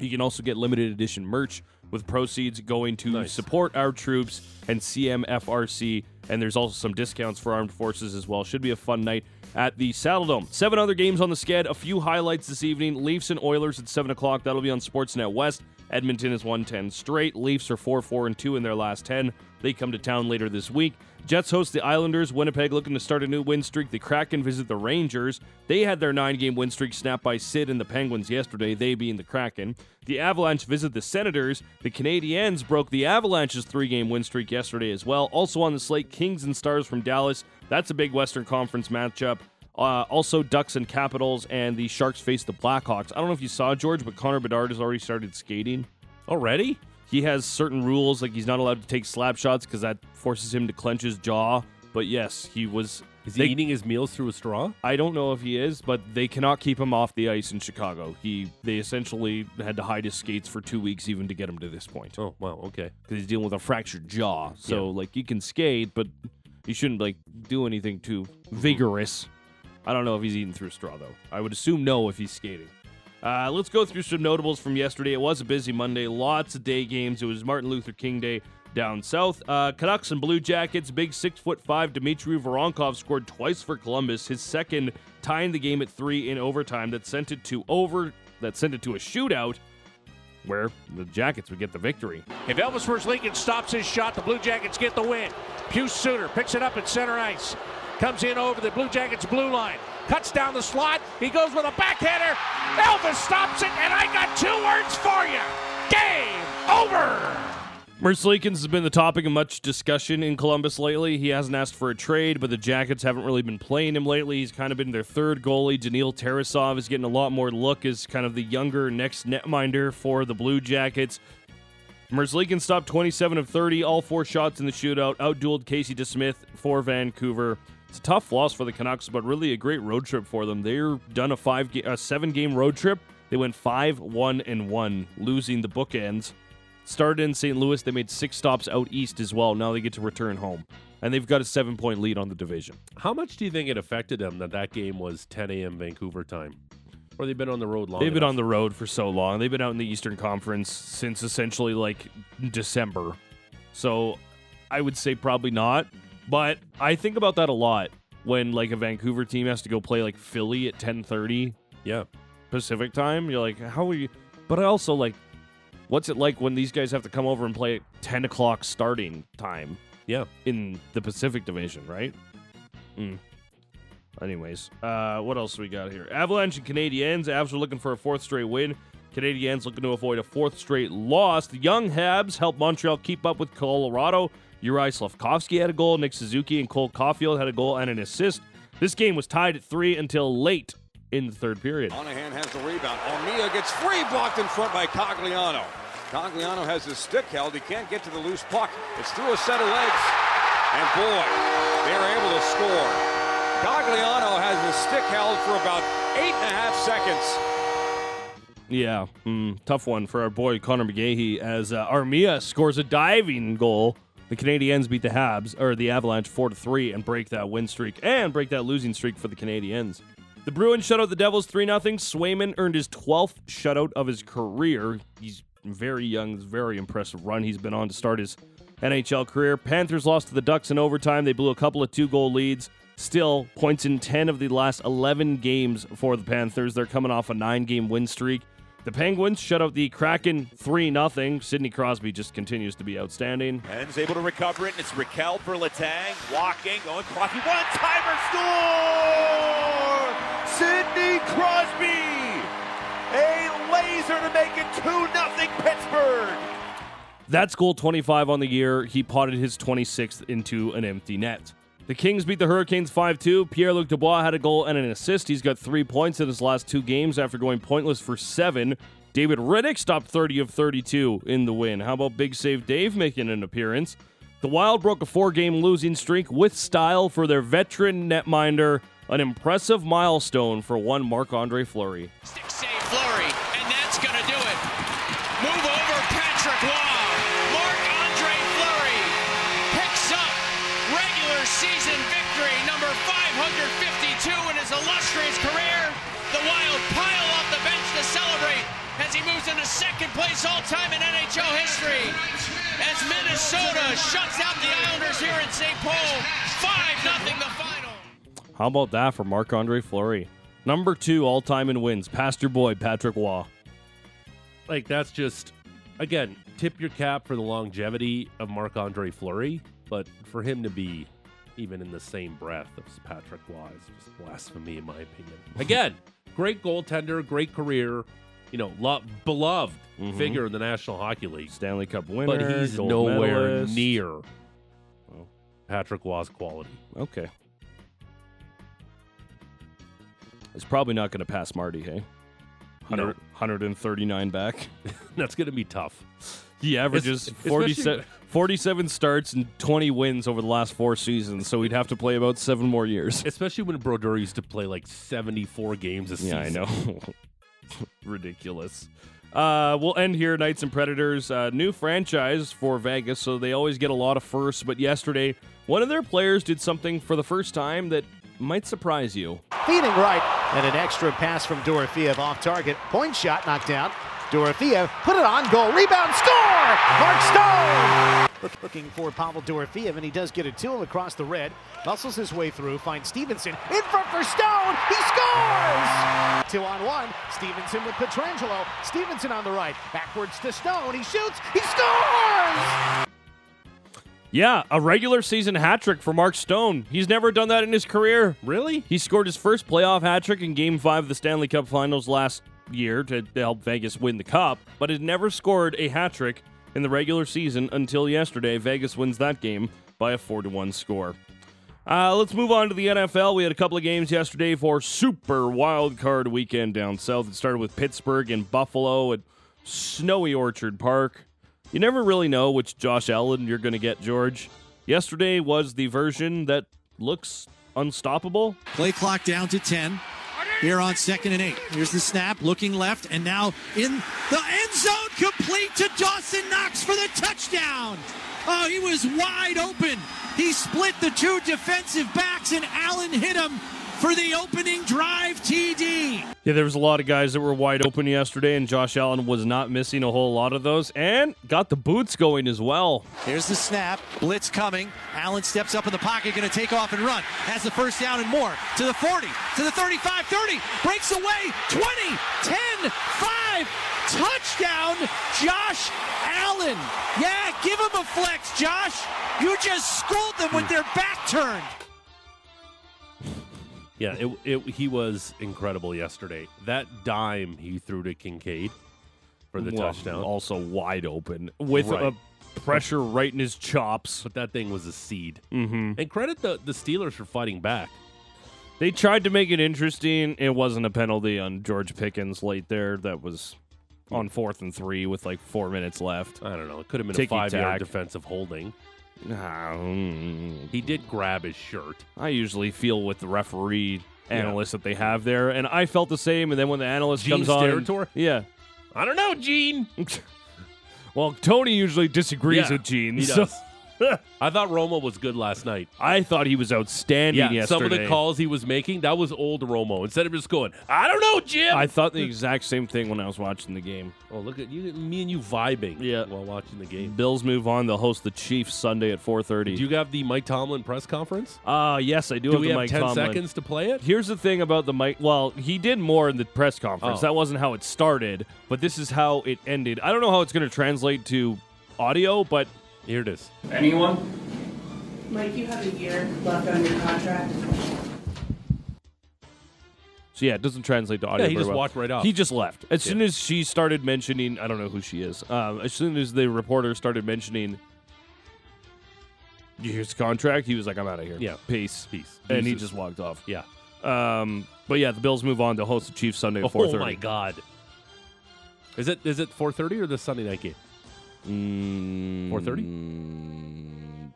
D: You can also get limited edition merch with proceeds going to support our troops and CMFRC. And there's also some discounts for armed forces as well. Should be a fun night at the Saddle Dome. Seven other games on the sked. A few highlights this evening. Leafs and Oilers at seven o'clock. That'll be on Sportsnet West. Edmonton is 110 straight. Leafs are 4 4 and 2 in their last 10. They come to town later this week. Jets host the Islanders. Winnipeg looking to start a new win streak. The Kraken visit the Rangers. They had their nine game win streak snapped by Sid and the Penguins yesterday, they being the Kraken. The Avalanche visit the Senators. The Canadiens broke the Avalanche's three game win streak yesterday as well. Also on the slate, Kings and Stars from Dallas. That's a big Western Conference matchup. Uh, also, Ducks and Capitals, and the Sharks face the Blackhawks. I don't know if you saw, George, but Connor Bedard has already started skating
C: Already?
D: he has certain rules like he's not allowed to take slap shots because that forces him to clench his jaw but yes he was
C: Is he
D: they-
C: eating his meals through a straw?
D: i don't know if he is but they cannot keep him off the ice in chicago he they essentially had to hide his skates for two weeks even to get him to this point
C: Oh, wow. Okay.
D: because he's dealing with a fractured jaw so like he can skate but he shouldn't like do anything too vigorous i don't know if he's eating through a straw though i would assume no if he's skating Uh, let's go through some notables from yesterday. It was a busy Monday, lots of day games. It was Martin Luther King Day down south. Uh, Canucks and Blue Jackets, big six foot five Dmitry Voronkov scored twice for Columbus, his second, tying the game at three in overtime. That sent it to over. That sent it to a shootout, where the Jackets would get the victory.
G: If Elvis First Lincoln stops his shot, the Blue Jackets get the win. Hugh Suter picks it up at center ice. Comes in over the Blue Jackets blue line. Cuts down the slot. He goes with a backhander. Elvis stops it, and I got two words for you. Game over.
D: Merzlikins has been the topic of much discussion in Columbus lately. He hasn't asked for a trade, but the Jackets haven't really been playing him lately. He's kind of been their third goalie. Danil Tarasov is getting a lot more look as kind of the younger next netminder for the Blue Jackets. Merzlikins stopped 27 of 30, all four shots in the shootout, outdueled Casey DeSmith for Vancouver. It's a tough loss for the Canucks, but really a great road trip for them. They're done a five, ga- a seven-game road trip. They went five, one, and one, losing the bookends. Started in St. Louis. They made six stops out east as well. Now they get to return home. And they've got a seven point lead on the division.
C: How much do you think it affected them that that game was 10 a.m. Vancouver time? Or they've been on the road long
D: They've been
C: enough?
D: on the road for so long. They've been out in the Eastern Conference since essentially like December. So I would say probably not. But I think about that a lot when like a Vancouver team has to go play like Philly at 1030
C: Yeah.
D: Pacific time. You're like, how are you? But I also like, what's it like when these guys have to come over and play at 10 o'clock starting time?
C: Yeah.
D: in the Pacific Division, right? Mm. Anyways, uh, what else we got here? Avalanche and Canadiens. Avs are looking for a fourth straight win. Canadiens looking to avoid a fourth straight loss. The young Habs help Montreal keep up with Colorado. Uri Slavkovsky had a goal. Nick Suzuki and Cole Caulfield had a goal and an assist. This game was tied at three until late in the third period.
H: Monahan has the rebound. Almia gets free, blocked in front by Cogliano. Cogliano has his stick held. He can't get to the loose puck. It's through a set of legs. And boy, they're able to score. Cogliano has his stick held for about eight and a half seconds.
D: Yeah, mm, tough one for our boy Connor McGahey as uh, Armia scores a diving goal. The Canadiens beat the Habs or the Avalanche four to three and break that win streak and break that losing streak for the Canadiens. The Bruins shut out the Devils three 0 Swayman earned his twelfth shutout of his career. He's very young. It's a very impressive run he's been on to start his NHL career. Panthers lost to the Ducks in overtime. They blew a couple of two goal leads. Still, points in 10 of the last 11 games for the Panthers. They're coming off a nine game win streak. The Penguins shut out the Kraken 3 0. Sidney Crosby just continues to be outstanding.
G: And is able to recover it, and it's Raquel Berlatang walking, going Crosby. One timer score! Sidney Crosby! A laser to make it 2 nothing Pittsburgh!
D: That's goal 25 on the year. He potted his 26th into an empty net. The Kings beat the Hurricanes 5 2. Pierre Luc Dubois had a goal and an assist. He's got three points in his last two games after going pointless for seven. David Riddick stopped 30 of 32 in the win. How about Big Save Dave making an appearance? The Wild broke a four game losing streak with style for their veteran netminder, an impressive milestone for one Marc Andre Fleury.
J: Stick save Flurry, and that's going to do it. Move over Patrick Waugh. Mark Andre Flurry picks up regular season victory number 552 in his illustrious career. The Wild pile off the bench to celebrate as he moves into second place all time in NHL history. As Minnesota shuts out the Islanders here in St. Paul, 5-0 the final.
D: How about that for Marc Andre Fleury? Number two all time in wins, past your boy, Patrick Waugh.
C: like that's just again tip your cap for the longevity of Marc Andre Fleury, but for him to be even in the same breath as Patrick Waugh is just blasphemy in my opinion. Again, great goaltender, great career, you know, lo- beloved figure in the National Hockey League,
D: Stanley Cup Mm-hmm. winner.
C: but he's
D: gold
C: nowhere
D: medalist.
C: near Patrick Waugh's quality.
D: Okay. It's probably not going to pass Marty, hey? 100,
C: No.
D: 139 back.
C: That's going to be tough.
D: He averages
C: especially-
D: 47, 47 starts and 20 wins over the last four seasons, so he'd have to play about seven more years.
C: Especially when Brodeur used to play like 74 games a season.
D: Yeah, I know. Ridiculous. Uh, we'll end here. Knights and Predators, uh, new franchise for Vegas, so they always get a lot of firsts. But yesterday, one of their players did something for the first time that might surprise you.
K: Feeding right, and an extra pass from Dorofiev off target. Point shot knocked down. Dorofiev put it on goal. Rebound, score! Mark Stone! Look- Looking for Pavel Dorofiev, and he does get it to him across the red. Muscles his way through, finds Stevenson in front for Stone. He scores! Two on one. Stevenson with Petrangelo. Stevenson on the right. Backwards to Stone. He shoots. He scores!
D: Yeah, a regular season hat trick for Mark Stone. He's never done that in his career.
C: Really?
D: He scored his first playoff hat trick in Game 5 of the Stanley Cup Finals last year to to help Vegas win the Cup, but had never scored a hat trick in the regular season until yesterday. Vegas wins that game by a 4 1 score. Uh, let's move on to the NFL. We had a couple of games yesterday for Super Wild Card Weekend down south. It started with Pittsburgh and Buffalo at snowy Orchard Park. You never really know which Josh Allen you're going to get, George. Yesterday was the version that looks unstoppable.
J: Play clock down to 10. Here on second and eight. Here's the snap, looking left, and now in the end zone, complete to Dawson Knox for the touchdown. Oh, he was wide open. He split the two defensive backs, and Allen hit him for the opening drive TD.
D: Yeah, there was a lot of guys that were wide open yesterday, and Josh Allen was not missing a whole lot of those, and got the boots going as well.
J: Here's the snap. Blitz coming. Allen steps up in the pocket, going to take off and run. Has the first down and more. To the 40, to the 35, 30. Breaks away. 20, 10, 5. Touchdown, Josh Allen. Yeah, give him a flex, Josh. You just schooled them with their back turned.
C: Yeah, it, it, he was incredible yesterday. That dime he threw to Kincaid for the
D: Well,
C: touchdown.
D: Also wide open with
C: Right.
D: a pressure right in his chops.
C: but that thing was a seed. Mm-hmm. And credit the, the Steelers for fighting back.
D: They tried to make it interesting. It wasn't a penalty on George Pickens late there. That was on fourth and three with like four minutes left.
C: I don't know. It could have been a
D: Ticky-tack.
C: five yard defensive holding.
D: Ah, mm.
C: He did grab his shirt.
D: I usually feel with the referee analysts that they have there, and I felt the same. And then when the analyst
C: Gene
D: comes on, and-
C: Steratore?
D: yeah.
C: I don't know, Gene.
D: Well, Tony usually disagrees
C: Yeah,
D: with Gene.
C: he
D: so-
C: does. I thought Romo was good last night.
D: I thought he was outstanding
C: yeah,
D: yesterday.
C: some of the calls he was making, that was old Romo. Instead of just going, I don't know, Jim.
D: I thought the exact same thing when I was watching the game.
C: oh, look at you, me and you vibing
D: Yeah.
C: while watching the game.
D: Bills move on. They'll host the Chiefs Sunday at
C: Do
D: 4:30.
C: you have the Mike Tomlin press conference?
D: Ah, yes, I do,
C: Do
D: have
C: we
D: the
C: have
D: Mike
C: 10
D: Tomlin.
C: seconds to play it?
D: Here's the thing about the Mike. Well, he did more in the press conference.
C: Oh.
D: That wasn't how it started, but this is how it ended. I don't know how it's going to translate to audio, but
C: Here it is.
J: Mike, you have a year left on your contract.
D: so yeah, it doesn't translate to audio.
C: Yeah, he
D: very
C: just
D: well.
C: walked right off.
D: He just left as soon as she started mentioning. I don't know who she is. Um, as soon as the reporter started mentioning his contract, he was like, "I'm out of here."
C: Yeah.
D: peace,
C: Peace.
D: and he
C: Deuces. Oh
D: just walked off.
C: Yeah.
D: Um, but yeah, the Bills move on to host the Chiefs Sunday at
C: Oh
D: 4:30.
C: my God. Is it is it 4:30 or the Sunday night game? Mm.
D: 4:30. Mm,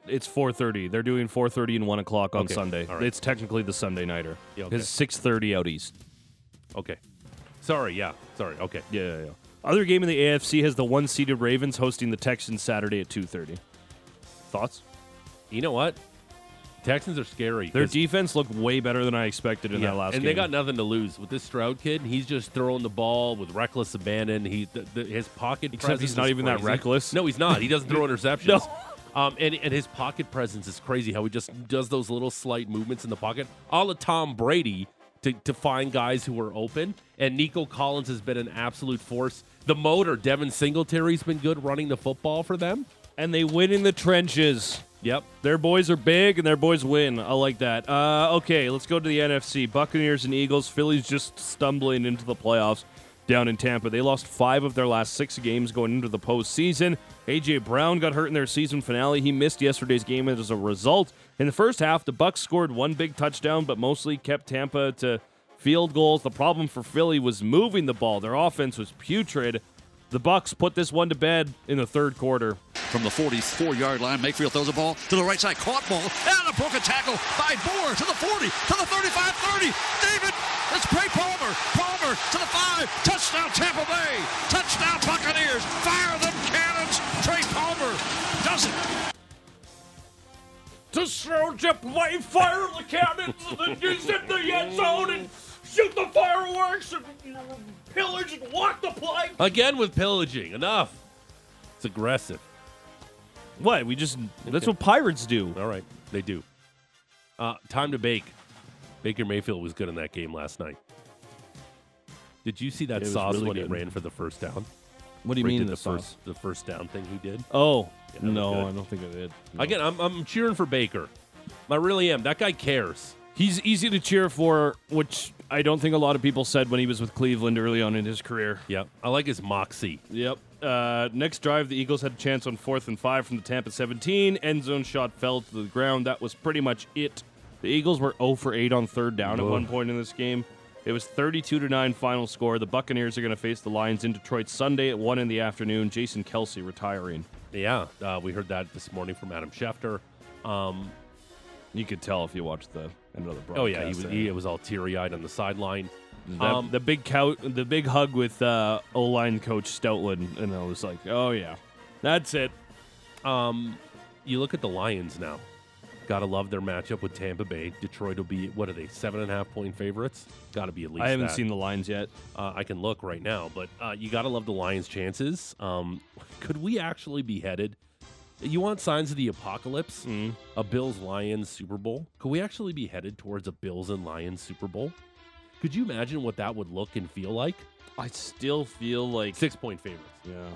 D: It's 4:30. They're doing 4:30 and 1 o'clock on
C: Okay,
D: Sunday.
C: all right.
D: It's technically the Sunday nighter.
C: Yeah, okay.
D: It's 6:30 out east.
C: Okay. Sorry. Yeah. Sorry. Okay.
D: Yeah, yeah, yeah. Other game in the AFC has the one-seeded Ravens hosting the Texans Saturday at 2:30. Thoughts?
C: You know what? Texans are scary.
D: Their
C: 'cause-
D: defense looked way better than I expected in
C: yeah,
D: that last
C: and
D: game.
C: they got nothing to lose with this Stroud kid. He's just throwing the ball with reckless abandon. He th- th- his pocket
D: Except he's
C: presence
D: not
C: is
D: even that
C: crazy.
D: reckless.
C: No, he's not. He doesn't throw interceptions. Um, and, and his pocket presence is crazy. How he just does those little slight movements in the pocket, all of Tom Brady to, to find guys who are open. And Nico Collins has been an absolute force. The motor, Devin Singletary's been good running the football for them.
D: and they win in the trenches.
C: Yep.
D: Their boys are big and their boys win. I like that. Uh, okay, let's go to the NFC. Buccaneers and Eagles. Phillies just stumbling into the playoffs down in Tampa. They lost five of their last six games going into the postseason. A.J. Brown got hurt in their season finale. He missed yesterday's game as a result. In the first half, the Bucks scored one big touchdown, but mostly kept Tampa to field goals. The problem for Philly was moving the ball. Their offense was putrid. The Bucks put this one to bed in the third quarter.
L: From the 44-yard line, Mayfield throws a ball to the right side, caught ball, and a broken tackle by Moore to the 40, to the 35, 30. David, it's Trey Palmer. Palmer to the five. Touchdown Tampa Bay. Touchdown Buccaneers. Fire them cannons. Trey Palmer does it.
D: to throw up way fire the cannons and then use it in the end zone and shoot the fireworks and pillage and walk the play.
C: Again with pillaging. Enough. It's aggressive.
D: What? We just that's what pirates do.
C: All right. They do. Uh, time to bake. Baker Mayfield was good in that game last night. Did you see that
D: It was
C: sauce
D: really
C: when he
D: good.
C: ran for the first down?
D: What do you
C: Where
D: mean
C: he did
D: the
C: the
D: sauce?
C: first the first down thing he did?
D: Oh
C: that was
D: no,
C: good.
D: I don't think I did. No.
C: Again, I'm, I'm cheering for Baker. I really am. That guy cares.
D: He's easy to cheer for, which I don't think a lot of people said when he was with Cleveland early on in his career.
C: Yep. I like his moxie.
D: Yep. Uh, next drive, the Eagles had a chance on fourth and five from the Tampa 17. End zone shot fell to the ground. That was pretty much it. The Eagles were 0 for 8 on third down at
C: Whoa.
D: one point in this game. It was 32 to 9 final score. The Buccaneers are going to face the Lions in Detroit Sunday at 1 in the afternoon. Jason Kelsey retiring.
C: Yeah, uh, we heard that this morning from Adam Schefter. Um,
D: You could tell if you watched the end of the broadcast.
C: oh yeah, he was,
D: there.
C: he was all teary eyed on the sideline.
D: That-
C: Um,
D: the big cow, the big hug with uh, O line coach Stoutland, and I was like, "Oh yeah, that's it."
C: Um, you look at the Lions now. Gotta love their matchup with Tampa Bay. Detroit will be what are they seven and a half point favorites? Gotta be at least.
D: I haven't
C: that.
D: seen the lines yet.
C: Uh, I can look right now, but uh, you gotta love the Lions' chances. Um, could we actually be headed? You want signs of the apocalypse?
D: Mm-hmm.
C: A Bills Lions Super Bowl? Could we actually be headed towards a Bills and Lions Super Bowl? Could you imagine what that would look and feel like?
D: I still feel like
C: Six point favorites.
D: Yeah.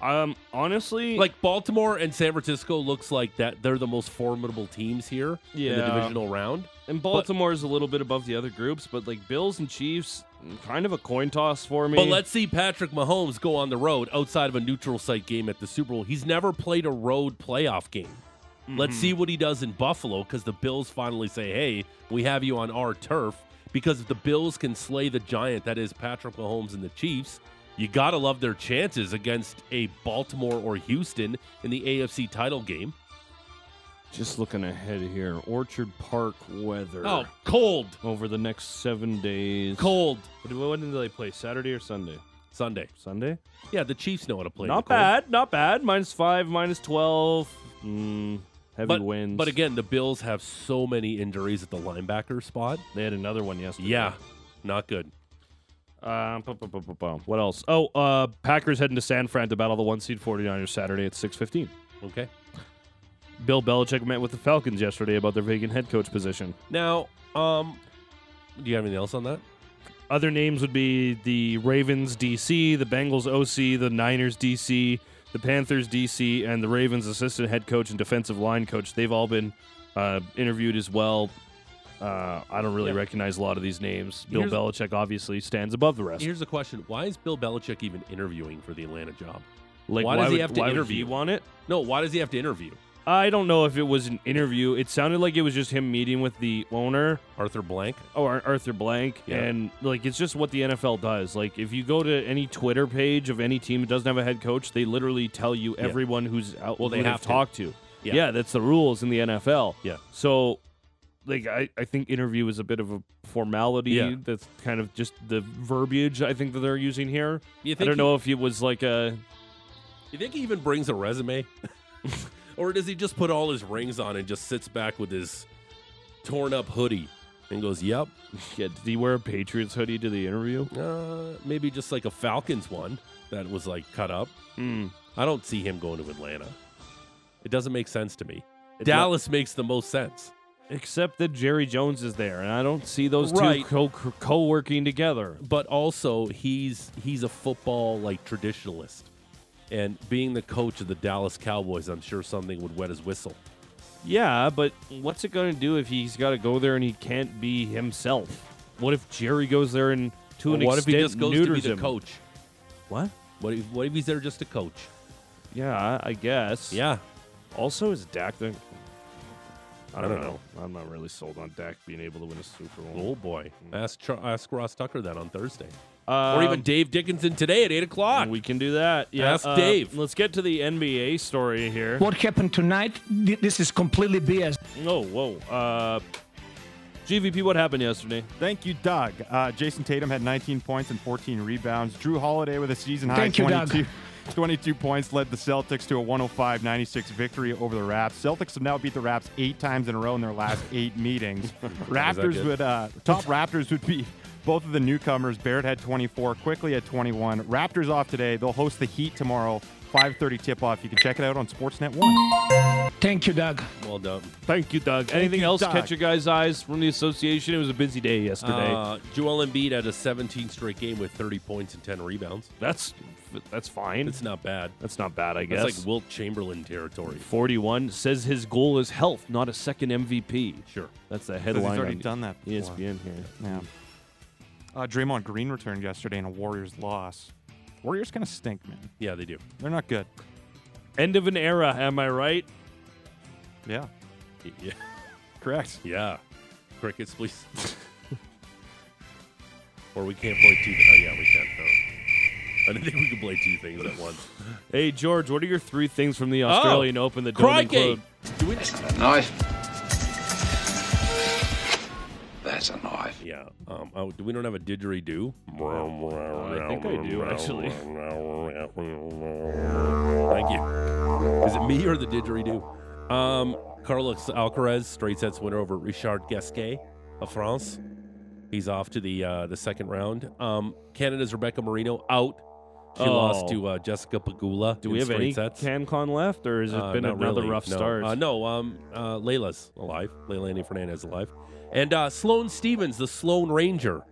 D: Um. Honestly,
C: like Baltimore and San Francisco looks like that they're the most formidable teams here in the
D: Yeah.
C: divisional round.
D: and Baltimore is a little bit above the other groups, but like Bills and Chiefs, kind of a coin toss for me.
C: But let's see Patrick Mahomes go on the road outside of a neutral site game at the Super Bowl. He's never played a road playoff game. Let's see what he does in Buffalo because the Bills finally say, "Hey, we have you on our turf." Because if the Bills can slay the giant that is Patrick Mahomes and the Chiefs, you gotta love their chances against a Baltimore or Houston in the AFC title game.
D: just looking ahead here. Orchard Park weather.
C: Oh, cold,
D: Over the next seven days.
C: cold
D: What do- When did they play? Saturday or Sunday?
C: Sunday.
D: Sunday.
C: Yeah, the Chiefs know how to play. in the
D: not
C: cold.
D: bad. Not bad. Minus five. Minus twelve. Mm, heavy
C: but,
D: winds.
C: But again, the Bills have so many injuries at the linebacker spot.
D: they had another one yesterday.
C: Yeah, not good.
D: Uh, bum, bum, bum, bum, bum. what else? Oh, uh, Packers heading to San Fran to battle the one seed 49ers Saturday at 6:15.
C: Okay.
D: Bill Belichick met with the Falcons yesterday about their vacant head coach position.
C: Now, um, do you have anything else on that?
D: Other names would be the Ravens DC, the Bengals OC, the Niners DC, the Panthers DC, and the Ravens assistant head coach and defensive line coach. They've all been uh, interviewed as well. Uh, I don't really
C: Yeah.
D: recognize a lot of these names. Bill
C: Here's-
D: Belichick obviously stands above the rest.
C: Here's the question: Why is Bill Belichick even interviewing for the Atlanta job?
D: Like,
C: why does he
D: would-
C: have to
D: why would
C: interview?
D: he want it?
C: No, why does he have to interview?
D: I don't know if it was an interview. It sounded like it was just him meeting with the owner,
C: Arthur Blank,
D: or Oh, Arthur Blank,
C: Yeah.
D: and like it's just what the NFL does. Like if you go to any Twitter page of any team that doesn't have a head coach, they literally tell you
C: Yeah.
D: everyone who's out.
C: Well, they
D: who they've
C: have to.
D: talked to.
C: Yeah.
D: that's the rules in the NFL.
C: Yeah.
D: So, like I, I think interview is a bit of a formality.
C: Yeah.
D: That's kind of just the verbiage I think that they're using here.
C: You
D: I
C: think
D: don't
C: he-
D: know if it was like a
C: You think he even brings a resume? or does he just put all his rings on and just sits back with his torn up hoodie and goes, Yep.
D: Yeah, did he wear a Patriots hoodie to the interview?
C: Uh, maybe just like a Falcons one that was like cut up. I don't see him going to Atlanta. It doesn't make sense to me.
D: It
C: Dallas makes the most sense.
D: except that Jerry Jones is there, and I don't see those
C: Right.
D: two co- co working together.
C: but also he's he's a football like traditionalist and being the coach of the dallas cowboys i'm sure something would wet his whistle
D: Yeah, but what's it going to do if he's got to go there and he can't be himself? What if Jerry goes there and to an
C: what if
D: extent
C: he just goes to be
D: neuters
C: the
D: him?
C: coach
D: What?
C: what if, what if he's there just to coach
D: Yeah, I guess.
C: Yeah.
D: Also, is Dak the? I don't,
C: I don't
D: know. I'm not really sold on Dak being able to win a Super Bowl.
C: Uh, oh boy ask, Char- ask ross tucker that on thursday
D: Um,
C: or even dave dickinson today at 8 o'clock
D: we can do that Yeah,
C: ask
D: uh,
C: dave
D: Let's get to the NBA story here.
M: What happened tonight? th- This is completely BS.
D: No, whoa. Uh, GVP, what happened yesterday?
E: Thank you, Doug. Uh, Jason Tatum had 19 points and 14 rebounds. Drew Holiday with a season high
M: Thank you, Doug.
E: 22, 22 points led the Celtics to a 105 96 victory over the Raps. Celtics have now beat the Raps eight times in a row in their last eight meetings. Raptors
N: good?
E: would, uh, top Raptors would be both of the newcomers. Barrett had 24, quickly at 21. Raptors off today. They'll host the Heat tomorrow. 5:30 tip-off. You can check it out on Sportsnet One.
M: Thank you, Doug.
C: well done
D: Thank you, Doug. Anything
E: you,
D: else
E: Doug.
D: catch your guys' eyes from the association? It was a busy day yesterday.
C: Uh, Joel Embiid had a 17 straight game with 30 points and 10 rebounds.
D: That's that's fine.
C: It's not bad.
D: That's not bad, I
C: That's
D: guess.
C: like Wilt Chamberlain territory.
D: 41 says his goal is health, not a second MVP.
C: Sure.
D: That's the
E: Says
D: headline.
E: He's already
D: on E
E: done that. Before.
D: ESPN here.
E: Yeah. Uh, Draymond Green returned yesterday in a Warriors loss. Warriors kind of stink, man.
C: Yeah, they do.
E: They're not good.
D: End of an era, am I right?
E: Yeah.
C: Yeah.
E: Correct.
C: Yeah. Crickets, please. or we can't play two. Oh yeah, we can. No. I didn't think we could play two things at once.
D: Hey, George, what are your three things from the Australian
C: Oh,
D: Open that don't
C: crikey.
D: include?
C: Do we-
O: Knife. That's a knife.
C: Yeah. Um, oh, do we don't have a didgeridoo? I
D: think I do, actually.
C: Thank you. Is it me or the didgeridoo? Um, Carlos Alcaraz, straight sets winner over Richard Gasquet of France. He's off to the uh, the second round. Um, Canada's Rebecca Marino out. She lost
D: Oh.
C: to uh, Jessica Pagula.
D: Do we
C: in
D: have
C: straight
D: any
C: sets.
D: CanCon left, or has it
C: Uh,
D: been
C: not
D: another
C: really,
D: rough
C: no.
D: start?
C: Uh, no, um, uh, Layla's alive. Leilani Fernandez is alive. And uh, Sloane Stevens, the Sloan Ranger,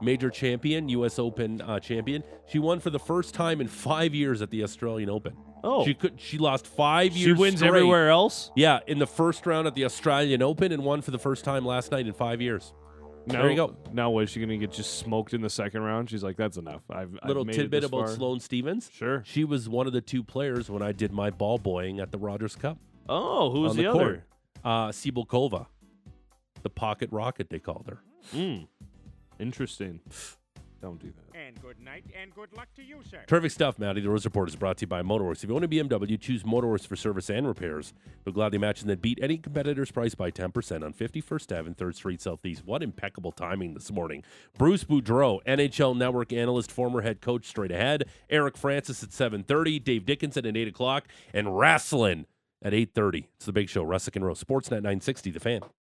C: major champion, U.S. Open uh, champion. She won for the first time in five years at the Australian Open.
D: Oh.
C: She could. She lost five
D: She
C: years
D: wins
C: straight.
D: everywhere else?
C: Yeah, in the first round at the Australian Open and won for the first time last night in five years.
D: Now,
C: There you go.
D: Now, what is she going to get just smoked in the second round? She's like, that's enough. I've I've
C: Little
D: made it
C: tidbit
D: this
C: about
D: far."
C: Sloane Stevens.
D: Sure.
C: She was one of the two players when I did my ball boying at the Rogers Cup.
D: Oh, who was
C: on
D: the,
C: court.
D: other?
C: Uh, Sibulkova, the pocket rocket they called her.
D: Interesting. Don't do that.
P: And good night and good luck to you, sir.
C: Terrific stuff, Matty. The Rose Report is brought to you by Motorworks. If you own a BMW, choose Motorworks for service and repairs. They'll gladly match and then beat any competitor's price by 10% on 51st Ave and 3rd Street Southeast. What impeccable timing this morning. Bruce Boudreau, NHL Network analyst, former head coach, straight ahead. Eric Francis at 7.30, Dave Dickinson at 8 o'clock, and wrestling at 8.30. It's the big show, Russick and Rose, Sportsnet 960, The Fan.